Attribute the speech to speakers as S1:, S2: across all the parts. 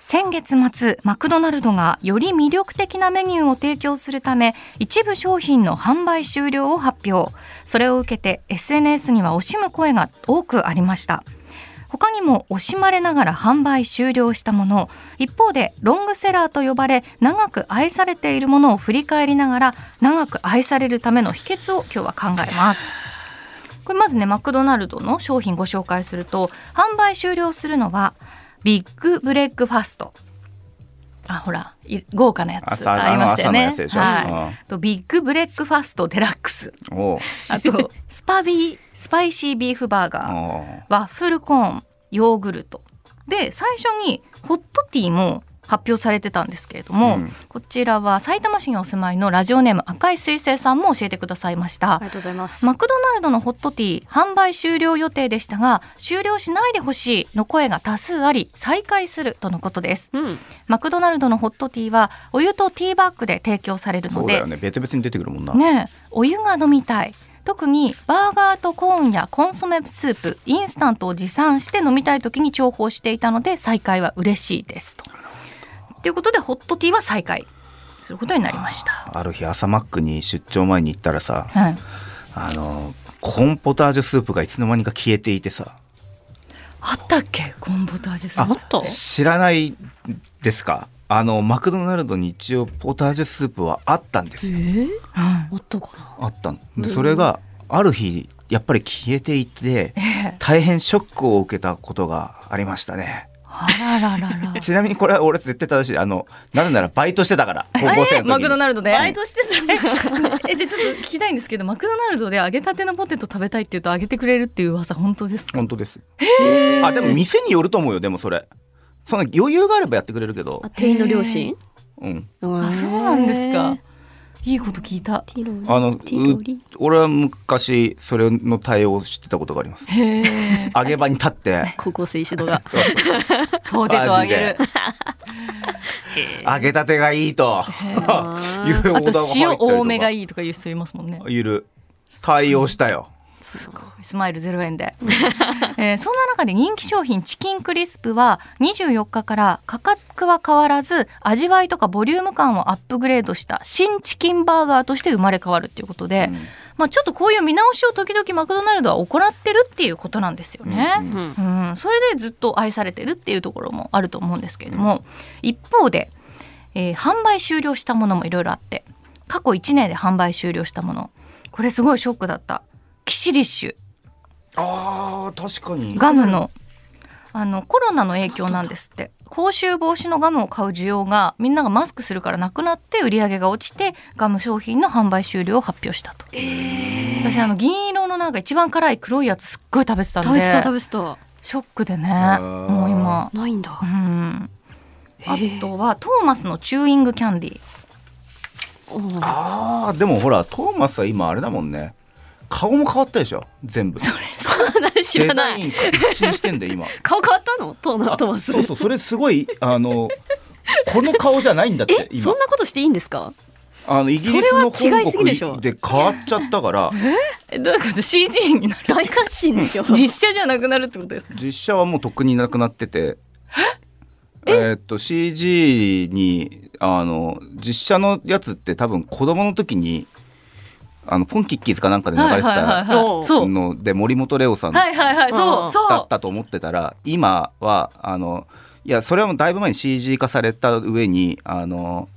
S1: 先月末マクドナルドがより魅力的なメニューを提供するため一部商品の販売終了を発表それを受けて SNS には惜しむ声が多くありました他にも惜しまれながら販売終了したもの一方でロングセラーと呼ばれ長く愛されているものを振り返りながら長く愛されるための秘訣を今日は考えますこれまずねマクドナルドの商品ご紹介すると販売終了するのはビッグブレックファストあほらい豪華なやつ
S2: 朝
S1: ありましたよ
S2: あの朝の
S1: ね
S2: やつでしょ
S1: は
S2: うん
S1: い、とビッグブレックファストデラックス
S2: おう
S1: あ とスパビースパイシービーフバーガー
S2: おう
S1: ワッフルコーンヨーグルトで最初にホットティーも発表されてたんですけれども、
S2: うん
S1: こちらは埼玉市にお住まいのラジオネーム赤い水星さんも教えてくださいました
S3: ありがとうございます。
S1: マクドナルドのホットティー販売終了予定でしたが終了しないでほしいの声が多数あり再開するとのことです
S3: うん、
S1: マクドナルドのホットティーはお湯とティーバッグで提供される
S2: そ
S1: の
S2: うだ
S1: で
S2: よね別々に出てくるもんな、
S1: ねえお湯が飲みたい特にバーガーとコーンやコンソメスープインスタントを持参して飲みたい時に重宝していたので再開は嬉しいですと。ということでホットティーは再開することになりました。
S2: ある日朝マックに出張前に行ったらさ
S1: はい、
S2: あのコーンポタージュスープがいつの間にか消えていてさ
S1: あったっけコンボタージュス
S3: あ
S1: ー
S3: っと
S2: 知らないですかあのマクドナルドに一応ポタージュスープはあったんですよ
S3: え
S1: プ、うん
S3: あったかな。
S2: あったのでそれがある日やっぱり消えていて大変ショックを受けたことがありましたね
S1: あらららら
S2: ちなみにこれは俺絶対正しいあのなぜならバイトしてたから高校生の時に
S1: マクドナルドで
S3: バイトしてたんだ。
S1: えじゃあちょっと聞きたいんですけどマクドナルドで揚げたてのポテト食べたいって言うと揚げてくれるっていう噂本当ですか
S2: 本当ですあでも店によると思うよでもそれその余裕があればやってくれるけど
S3: あ、店員の両親。
S2: うん
S1: あ
S3: あ
S1: そうなんですか。いいこと聞いた
S3: ティロリ。
S2: あのう
S3: ティロリ。
S2: 俺は昔それの対応を知ってたことがあります
S1: へえ
S2: 揚げ場に立って
S3: 高校生指導が。
S2: そうそう
S1: ポテトあげる。
S2: 揚げたてがいいというオーダー
S1: あ
S2: が入ったり
S1: と
S2: とか
S1: 塩多めがいいとか言う人いますもんね。
S2: いる対応したよ
S1: すごいスマイルゼロ円で、 えーそんな中で人気商品チキンクリスプは24日から価格は変わらず味わいとかボリューム感をアップグレードした新チキンバーガーとして生まれ変わるっていうことで、
S2: うん
S1: まあ、ちょっとこういう見直しを時々マクドナルドは行ってるっていうことなんですよね。
S2: うん
S3: うん。
S1: うん、それでずっと愛されてるっていうところもあると思うんですけれども、一方で、えー販売終了したものもいろいろあって過去1年で販売終了したものこれすごいショックだったキシリッシ
S2: あー確かに
S1: ュガムのあのコロナの影響なんですって口臭防止のガムを買う需要がみんながマスクするからなくなって売り上げが落ちてガム商品の販売終了を発表したと、私あの銀色のなんか一番辛い黒いやつすっごい食べてたんで
S3: 食べてた、食べてた。
S1: ショックでね
S2: ー
S1: もう今
S3: ないんだ
S1: う。ん、あ
S3: へえ
S1: とはトーマスのチューイングキャン ディー
S3: うん
S2: あーでもほらトーマスは今あれだもんね顔も変わったでしょ全部
S3: そうなん知らな
S2: デ
S3: い。
S2: ザイン一新してんで今
S3: 顔変わったの？トーナトマス。
S2: そうそうそれすごいあのこの顔じゃないんだって
S3: え、
S2: 今
S3: そんなことしていいんですか？
S2: あのイギリスの
S3: それは違い
S2: 本
S3: すぎで
S2: 国
S3: しょ
S2: で変わっちゃったから
S1: えどういうこと CG になる
S3: 大刷新でしょ。
S1: 実写じゃなくなるってことですか
S2: 実写はもうとっくになくなっててえーっと CG にあの実写のやつって多分子供の時にあのポンキッキーズかなんかで流れてた
S3: おう
S1: そう
S2: ので森本レオさんだ
S1: はいはいはいそううんそ
S2: ったと思ってたら今はあのいやそれはもうだいぶ前に CG 化された上にあの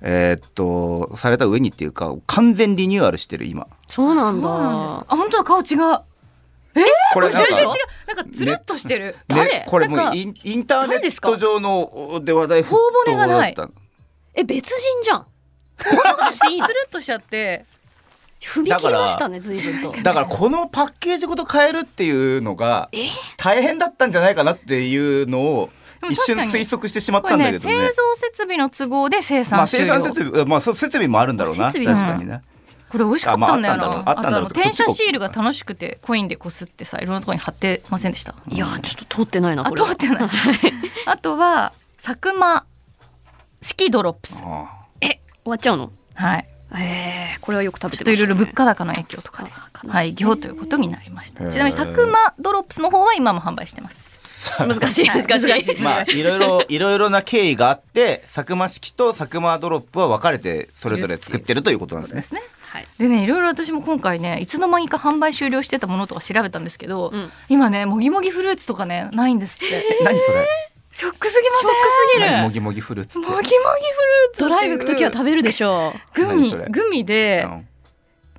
S2: えーっとされた上にっていうか完全リニューアルしてる今
S3: そう
S1: う
S3: なん
S1: そうなんです
S3: だ
S1: か。あ本当だ顔違う
S2: これなん
S1: 全
S2: か
S1: 然違うなんかつるっとしてる、
S2: ね、これも
S1: なん
S2: う
S1: か
S2: インインターネ
S3: 誰です
S2: ッ
S3: か
S2: ト上ので話題
S1: 頬骨がない
S2: 沸騰だった
S3: え、別人じゃん。
S1: つるっとしちゃって
S3: 踏み切りましたね、随分と。
S2: だからこのパッケージごと変えるっていうのが大変だったんじゃないかなっていうのを
S1: でも
S2: 一
S1: 確
S2: 瞬
S1: かに
S2: 推測してしまっ
S1: これ
S2: たんだ
S1: ね
S2: けどね。
S1: 製造設備の都合で生
S2: ま
S1: 産
S2: あ
S1: 終
S2: 生
S1: 了、
S2: 産設備、まあそう設備もあるんだろうな。
S3: 設
S2: 確
S3: 備も
S2: かにね。
S1: これ美味しかったんだよな
S2: あまああったんだろう
S1: あ
S2: あったんだろう
S1: とあの転写シールが楽しくてコインでこすってさいろんなところに貼ってませんでした
S3: いやー、ちょっと通ってないな、
S1: あ
S3: これは。
S1: 通ってないあとは佐久間式ドロップス
S2: あ
S3: 終わっちゃうの。
S1: はい
S3: ええ、これはよく食べ
S1: ちょっ
S3: て
S1: と
S3: ま
S1: い
S3: した
S1: ろい
S3: ね。
S1: ろ物価高の影響とかで
S3: あー悲しいね
S1: 廃業ということになりまし
S2: へ
S1: た
S2: ー
S1: ちなみに佐久間ドロップスの方は今も販売してます
S2: さ
S3: 難しい
S1: はい
S3: 難しい
S1: 難しい
S2: まあ いろいろいろいろな経緯があって佐久間式と佐久間ドロップは分かれてそれぞれ作ってるということなんです
S1: で
S2: ね。
S1: すね。
S3: はい
S1: でねいろいろ私も今回ねいつの間にか販売終了してたものとか調べたんですけど、
S3: うん
S1: 今ねもぎもぎフルーツとかねないんですって
S2: 何それ？
S1: ショックすぎません
S3: ショックすぎる
S2: 何もぎもぎフルーツって
S1: もぎもぎフルーツ
S3: ドライブ行く時は食べるでしょ
S1: べグ
S2: 何
S1: ミ
S2: それ
S1: グミで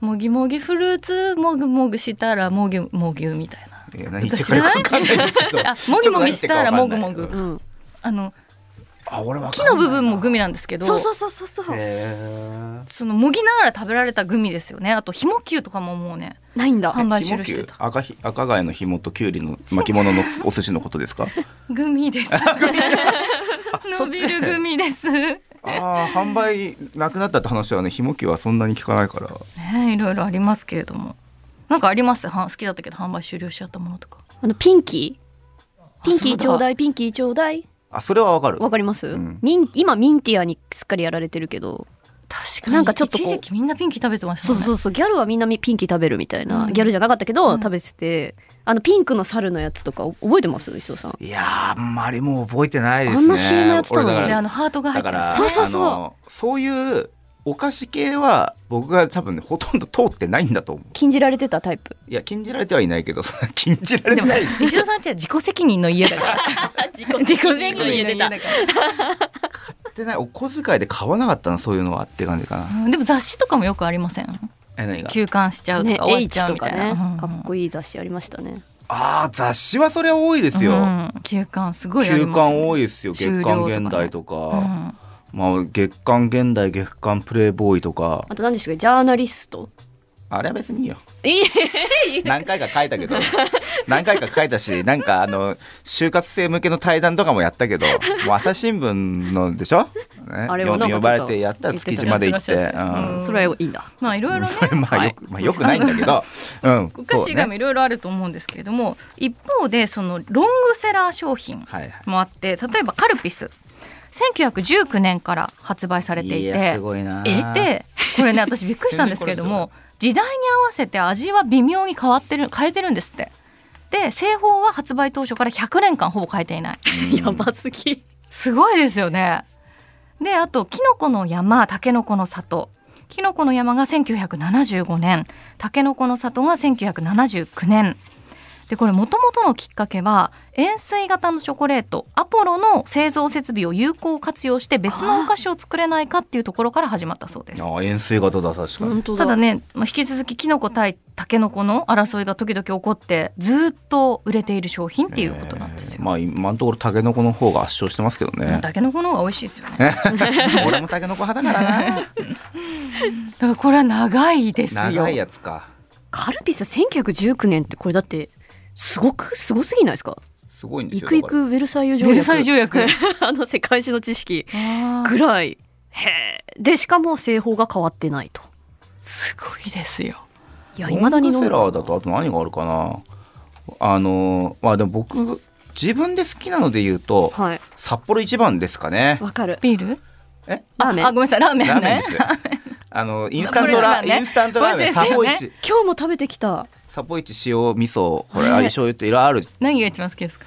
S2: うん
S1: もぎもぎフルーツもぐもぐしたらもぎもぎゅみたいない
S2: や何言ってるかよくわかんないですけど。
S1: あもぎもぎしたらもぐもぐ
S3: う、うん、
S1: あの
S2: あ俺わかん
S1: 木
S2: ない
S1: の部分もグミなんですけど
S3: そうそうそうそうそう
S2: へー
S1: そのもぎながら食べられたグミですよねあとひもきゅうとかももうね
S3: ないんだ
S1: 販売終了してた
S2: 赤ひ赤貝の紐とキュウリの巻物のお寿司のことですか？
S1: グミです 伸びるグミですね
S2: ああ販売なくなったって話はね紐きはそんなに聞かないから。
S1: いろいろありますけれどもなんかありますは好きだったけど販売終了しちゃったものとか
S3: あのピンキーピン
S1: そ
S3: キ
S1: う
S3: ー
S1: だ
S3: ちょうだいピンキーちょうだい
S2: あそれはわかる。
S3: わかります、
S2: うん
S3: ミン今ミンティアにすっかりやられてるけど
S1: 確
S3: かになんかちょっとこう
S1: 一時期みんなピンキー食べてました
S3: そ
S1: も
S3: うん
S1: ね
S3: そうそうギャルはみんなみピンキー食べるみたいな、
S1: うん
S3: ギャルじゃなかったけど、
S1: うん
S3: 食べててあのピンクの猿のやつとかお覚えてます石尾さん
S2: いやーあんまりもう覚えてないですね。
S3: あんな CM やってたのに
S2: 俺だか
S1: で
S2: ら
S1: あのハートが入
S2: だ
S1: って
S2: か
S1: ま
S2: ら
S1: すよ
S3: そう
S1: ね
S3: そうそう
S2: あのそういうお菓子系は僕が多分、ね、ほとんど通ってないんだと思う
S3: 禁じられてたタイプ
S2: いや禁じられてはいないけど 禁じられ
S1: で
S2: て
S1: も
S2: ないし
S1: 石戸さんちは自己責任の家だから
S3: 自己
S1: 自己責任の家
S3: 出
S1: だ
S3: た
S1: か
S2: 買ってないお小遣いで買わなかったなそういうのはって感じかな、
S1: らでも雑誌とかもよくありません
S2: え何が
S1: 休館しちゃうと
S3: ね
S1: か終わっ
S3: H
S1: ちゃう
S3: と
S1: み
S3: か
S1: たい
S3: ね、
S1: な
S3: かっこ
S1: いい
S3: いい雑誌ありましたね
S2: あー雑誌はそれは多いですよ、
S1: 休館すごいあり
S2: 休
S1: ますよね
S2: 刊多いですよ月刊現代とか
S1: うん
S2: まあ、月刊現代月刊プレイボーイとか
S3: あと何でしたっけジャーナリスト
S2: あれは別にいいよ
S3: え
S2: 何回か書いたけど何回か書いたしなんかあの就活生向けの対談とかもやったけどもう朝日新聞のでしょ、ね、
S3: あれ
S2: よ
S3: はなんかちょ
S2: 呼
S3: っと
S2: ばれてやったら築地まで行って
S1: 言ってたね
S2: うん
S1: うん
S3: それはいいんだ
S1: まあいろいろね
S2: まあよく、まあ、よくないんだけど、うん、
S1: お菓子以外も
S2: そうね
S1: いろいろあると思うんですけれども一方でそのロングセラー商品
S2: はいは
S1: もあって例えばカルピス1919年から発売され
S2: い
S1: ていて
S2: やすごいな
S1: でこれね私びっくりしたんですけれど も時代に合わせて味は微妙に変わってる変えてるんですってで製法は発売当初から100年間ほぼ変えていない
S2: うん
S3: やばすぎ
S1: すごいですよねであとキノコの山タケノコの里キノコの山が1975年タケノコの里が1979年でこれもともとのきっかけは円錐型のチョコレートアポロの製造設備を有効活用して別のお菓子を作れないかっていうところから始まったそうです。
S2: あ円錐型だ確かに
S3: 本当だ
S1: ただね、まあ、引き続きキノコ対タケノコの争いが時々起こってずーっと売れている商品っていうことなんです
S2: えー
S1: よ。
S2: まあ今のところタケノコの方が圧勝してますけどね
S1: タケノコの方が美味しいですよね。だか
S2: 俺もタケノコ派だから な
S1: らこれは長いですよ。
S2: 長いやつか
S3: カルピス1919年ってこれだってすごくすごすぎないですか
S2: すごいんです
S3: 行
S2: よ
S3: く行くウェルサイユ条
S1: ベ
S3: 約
S1: ルサイユ条約。
S3: あの世界史の知識
S1: あ
S3: ぐ
S1: ー
S3: らいへーでしかも製法が変わってないと
S1: すごいですよ。
S3: いや
S2: ロン
S3: い
S2: グ
S3: まだに飲む
S2: セラーだとあと何があるかなあのまあでも僕自分で好きなので言うと、
S3: はい
S2: 札幌一番ですかね
S3: わかる
S1: ビール？
S2: え
S3: ラーメン
S1: あ、ごめんな さい、ラーメンね。
S2: ラーメンですよあのインスタントラ、
S1: これ一番ね
S2: インスタントラーメ
S1: 美
S2: ン
S1: 味しいです
S2: 札
S1: よ
S2: 幌
S1: ね
S2: 一
S3: 今日も食べてきた
S2: 札幌一塩味噌これ
S1: はい
S2: 相性っていろいろある
S1: 何が一番好きですか？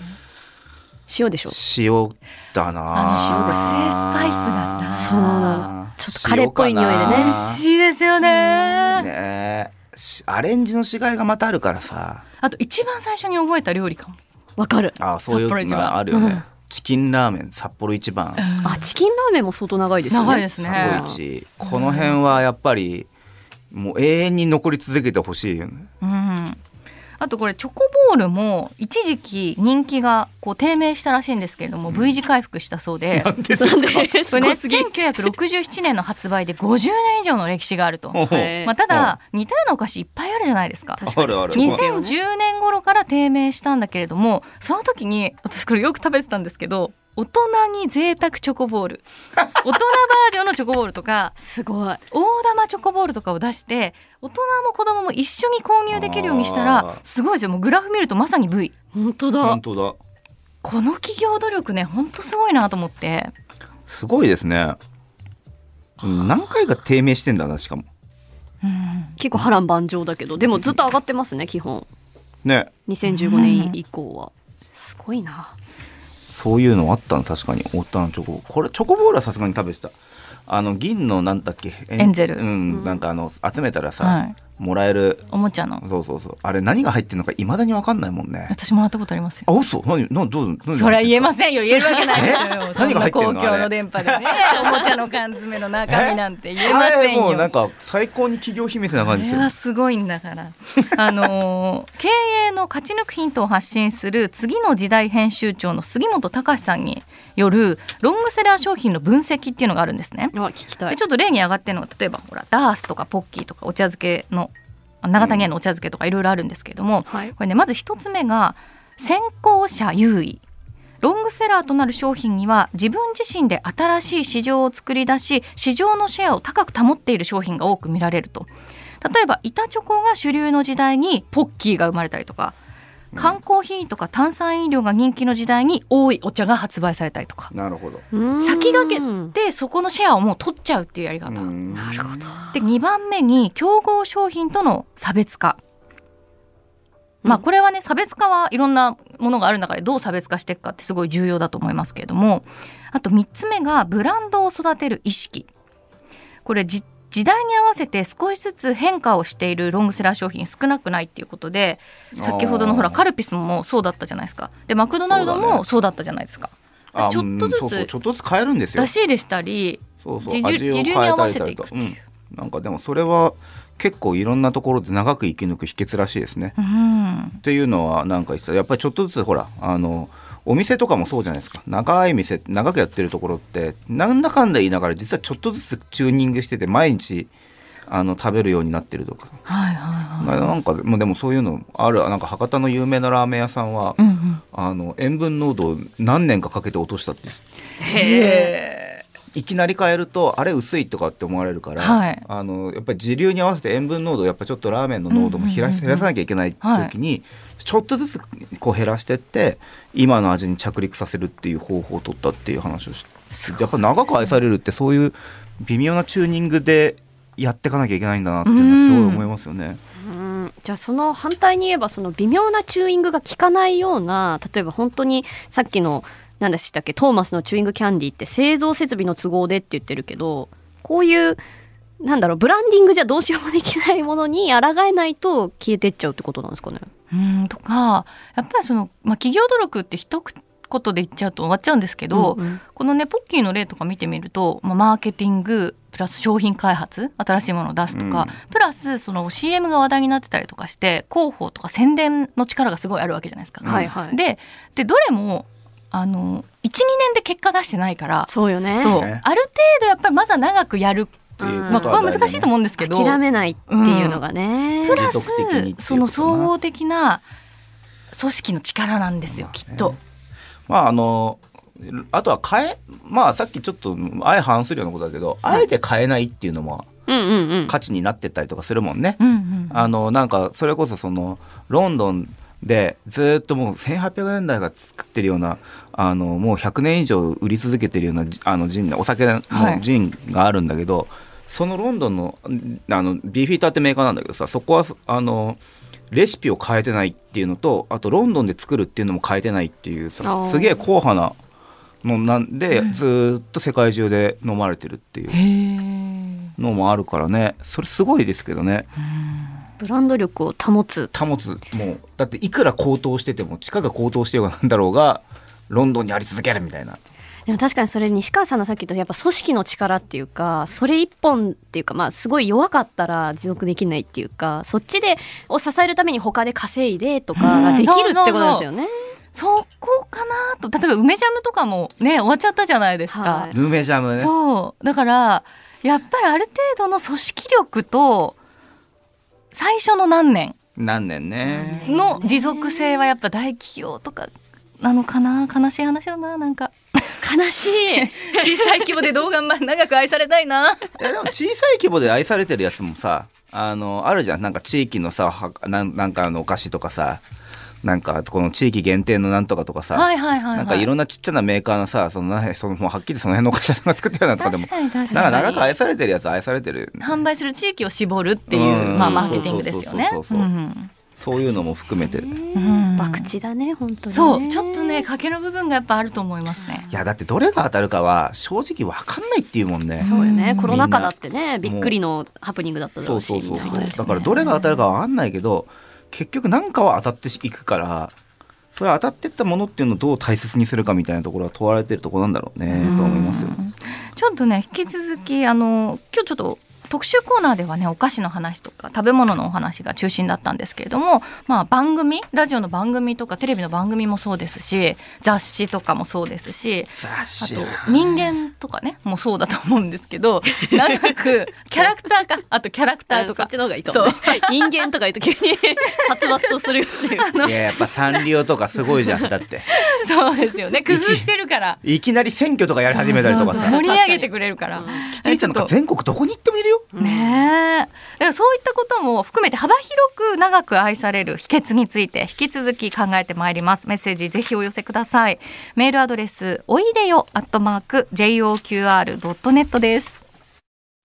S3: 塩でしょち
S2: 塩だ
S1: あ
S2: な
S1: の植生スパイスがさ
S3: そうなょっとカレーっぽい匂いで
S2: 塩か
S3: ね
S2: な
S1: しいですよね
S2: ねえしアレンジのしがいがまたあるからさ
S1: あと一番最初に覚えた料理かも。
S3: わかる
S2: あそういう
S1: 札幌一
S2: の
S1: 番
S2: があるよね、
S1: うん
S2: チキンラーメン札幌一番、
S3: あチキンラーメンも相当長いですよね
S1: 長い ですね
S2: 札幌一この辺はやっぱりもう永遠に残り続けてほしいよね
S1: うんあとこれチョコボールも一時期人気がこう低迷したらしいんですけれども V 字回復したそうで。
S3: ですね
S1: こ
S3: す
S1: れね、
S3: ごすぎ
S1: 1967年の発売で50年以上の歴史があると、
S2: ほうほう
S3: へえ
S1: まあ、ただ似たようなお菓子いっぱいあるじゃないですか
S3: 確かに
S2: あるある
S1: 2010年頃から低迷したんだけれどもその時に私これよく食べてたんですけど大人に贅沢チョコボール大人バージョンのチョコボールとか
S3: すごい
S1: 大玉チョコボールとかを出して大人も子供も一緒に購入できるようにした
S2: あ
S1: ら
S2: ー
S1: すごいですよもうグラフ見るとまさに V
S3: 本当だ
S2: 本当
S1: この企業努力ねほんとすごいなと思って
S2: だすごいですねうん何回か低迷してんだなしかも
S1: うん
S3: 結構波乱万丈だけどでもずっと上がってますね基本
S2: ね
S3: 2015年以降はすごいな
S2: そういうのあったの確かにオータのチョコボールこれチョコボールはさすがに食べてたあの銀のなんだっけエ
S1: エンゼル
S2: うん、なんかあの集めたらさ、
S1: はい
S2: もらえる
S1: おもちゃの
S2: そうそうそうあれ何が入ってるのかいまだに分かんないもんね
S1: 私もらったことありますよ
S2: あ嘘何何どう
S1: それは言えますせんよ言えるわけないですよ
S2: え
S1: そん
S2: 何が
S1: な
S2: 入ってん
S1: 公
S2: の
S1: 共の
S2: あれ
S1: 電波でねおもちゃの缶詰の中身なんて言えま
S2: あ
S1: せ
S2: れ
S1: ん
S2: も
S1: よ
S2: うなんか最高に企業秘密な
S1: あ
S2: 感じで
S1: れ
S2: すよ
S1: はすごいんだ からあのー経営の勝ち抜くヒントを発信する次の時代編集長の杉本隆さんによるロングセラー商品の分析っていうのがあるんですね
S3: あ聞きた
S1: で
S3: い
S1: ちょっと例に上がってるのが例えばほらダースとかポッキーとかお茶漬けのあ長谷屋のお茶漬けとかいろいろあるんですけれども、
S3: はい
S1: これねまず一つ目が先行者優位ロングセラーとなる商品には自分自身で新しい市場を作り出し市場のシェアを高く保っている商品が多く見られると例えば板チョコが主流の時代にポッキーが生まれたりとか缶コーヒーとか炭酸飲料が人気の時代に多いお茶が発売されたりとか
S2: なるほど
S1: 先
S3: 先
S1: 駆けてそこのシェアをもう取っちゃうっていうやり方
S2: なるほど
S1: で2番目に競合商品との差別化。まあ、これはね差別化はいろんなものがある中でどう差別化していくかってすごい重要だと思いますけれどもあと3つ目がブランドを育てる意識これじ時代に合わせて少しずつ変化をしているロングセラー商品少なくないっていうことで先ほどのほら
S2: あー
S1: カルピスもそうだったじゃないですかでマクドナルドもそうだったじゃないですか
S2: あ
S1: ちょっとず
S2: うんそうそ
S1: つ
S2: うちょっとずつ変えるんですよ
S1: 出し入れしたり
S2: そうそう
S1: 自
S2: 味
S1: 流
S2: を
S1: 自
S2: 変
S1: 流
S2: え
S1: に合
S2: た
S1: わ
S2: り
S1: せ
S2: だ
S1: てい
S2: り
S1: く
S2: と
S1: って
S2: か、
S1: いう
S2: うん、なんかでもそれは結構いろんなところで長く生き抜く秘訣らしいですね。
S1: うん
S2: っていうのはなんか言ってたやっぱりちょっとずつほらあのお店とかもそうじゃないですか長い店長くやってるところってなんだかんだ言いながら実はちょっとずつチューニングしてて毎日あの食べるようになってるとか、
S1: はいはいはい
S2: ななんかもうでもそういうのあるなんか博多の有名なラーメン屋さんは、
S1: うんうん
S2: あの塩分濃度を何年かかけて落としたって
S1: へ
S2: いきなり変えるとあれ薄いとかって思われるから、
S1: はい
S2: あのやっぱり時流に合わせて塩分濃度をやっぱちょっとラーメンの濃度
S1: うん
S2: も減ら,、
S1: うんうんうん
S2: 減らさなきゃいけない時に、ちょっとずつこう減らしてって今の味に着陸させるっていう方法を取ったっていう話をし
S1: す
S2: やっぱ長く愛されるってそういう微妙なチューニングでやっていかなきゃいけないんだなっていうのはすごい思いますよね。
S3: うんじゃあその反対に言えばその微妙なチューイングが効かないような例えば本当にさっきの何でしたっけトーマスのチューイングキャンディーって製造設備の都合でって言ってるけどこういうなんだろうブランディングじゃどうしようもできないものに抗えないと消えてっちゃうってことなんですかね。
S1: うんとかやっぱりその、まあ、企業努力って一言で言っちゃうと終わっちゃうんですけど、
S3: うんうん
S1: このねポッキーの例とか見てみると、まあ、マーケティングプラス商品開発新しいものを出すとか、プラスその CM が話題になってたりとかして広報とか宣伝の力がすごいあるわけじゃないですか。
S3: はいはい。
S1: ででどれもあの12年で結果出してないから
S3: そうよね。
S1: そう、
S2: ね
S1: ある程度やっぱりまずは長くやる、
S2: っていう
S3: うん
S1: まあ、ここは難しいと
S2: う
S1: 思うんですけど。
S3: 諦めないっていうのがね。
S1: プラ
S2: 持続的にって
S1: ス
S2: いうこと
S1: その総合的な組織の力なんですよきっと。
S2: まああのあとは変えまあさっきちょっと相反するようなことだけど、あえて変えないっていうのも
S3: うんうんうん。
S2: 価値になってったりとかするもんね。
S1: うんうん
S2: あのなんかそれこそそのロンドンでずーっともう1800年代が作ってるようなあのもう100年以上売り続けてるようなジあのジンお酒の
S1: はい
S2: ジンがあるんだけど、そのロンドンのんあのビーフィーターってメーカーなんだけどさそこはあのレシピを変えてないっていうのとあとロンドンで作るっていうのも変えてないっていう
S3: あ
S2: さ
S3: ー
S2: すげえ硬派なのなんで、
S1: うん
S2: ずーっと世界中で飲まれてるっていう
S1: へえ。
S2: のもあるからねそれすごいですけどね。
S3: ブランド力を保つ。
S2: 保つもうだっていくら高騰してても地価が高騰してようがなんだろうがロンドンにあり続けるみたいな
S3: でも確かにそれ西川さんのさっき言ったやっぱ組織の力っていうかそれ一本っていうかまあすごい弱かったら持続できないっていうかそっちでを支えるために他で稼いでとかができるってことですよね。
S1: そこかなと例えば梅ジャムとかもね終わっちゃったじゃないですか
S3: は。い
S2: ルメジャムね
S1: そうだからやっぱりある程度の組織力と最初の何年
S2: 何年ね
S1: の持続性はやっぱ大企業とかなのかな悲しい話だななんか
S3: 悲し い
S1: 小さい規模でどう頑張る長く愛されたいな。
S2: いやでも小さい規模で愛されてるやつもさあのあるじゃんなんか地域のさはなんなんかあのお菓子とかさなんかこの地域限定のなんとかとかさ、
S1: はいはいはい、はい。
S2: なんかいろんなちっちゃなメーカーのさそのなそのもうはっきりその辺のお菓子屋さんが作ってるようなとかでも
S1: 確かに確かに
S2: なんか長く愛されてるやつは愛されてる
S1: 販売する地域を絞るっていう、
S2: うん
S1: まあ、マーケティングですよね。
S2: そう
S1: う
S2: そうそうそうんそういうのも含めて。い
S1: うん
S3: 博打だね本当にね
S1: そうちょっとね賭けの部分がやっぱあると思いますね。
S2: やだってどれが当たるかは正直わかんないっていうもんね。
S3: そうよ
S1: う
S3: ね
S1: ん
S3: コロナ禍だってねびっくりのハプニングだっただろ
S2: そう
S3: うし
S2: そうそう
S3: みたい
S2: そう
S3: なね
S2: だからどれが当たるかはわかんないけど結局何かは当たっていくからそれは当たってったものっていうのをどう大切にするかみたいなところは問われてるところなんだろうねと思いますよ。
S1: ちょっとね引き続きあの今日ちょっと特集コーナーではねお菓子の話とか食べ物のお話が中心だったんですけれども、まあ、番組ラジオの番組とかテレビの番組もそうですし雑誌とかもそうですし
S2: 雑
S1: あと人間とかねもうそうだと思うんですけど長くキャラクターかあとキャラクター
S3: うん
S1: と
S3: そっ
S1: か
S3: ちの方がいいかもね人間とか言うと急に 殺伐とするよっていう
S2: いややっぱサンリオとかすごいじゃんだって
S1: そうですよね工夫してるから
S2: いきなり選挙とかやり始めたりとか
S1: そうそう
S2: さ
S1: そう盛り上げてくれるから。
S2: キティちゃんとか全国どこに行ってもいるよ。
S1: ねえだからそういったことも含めて幅広く長く愛される秘訣について引き続き考えてまいりますメッセージぜひお寄せくださいメールアドレスおいでよ @joqr.net です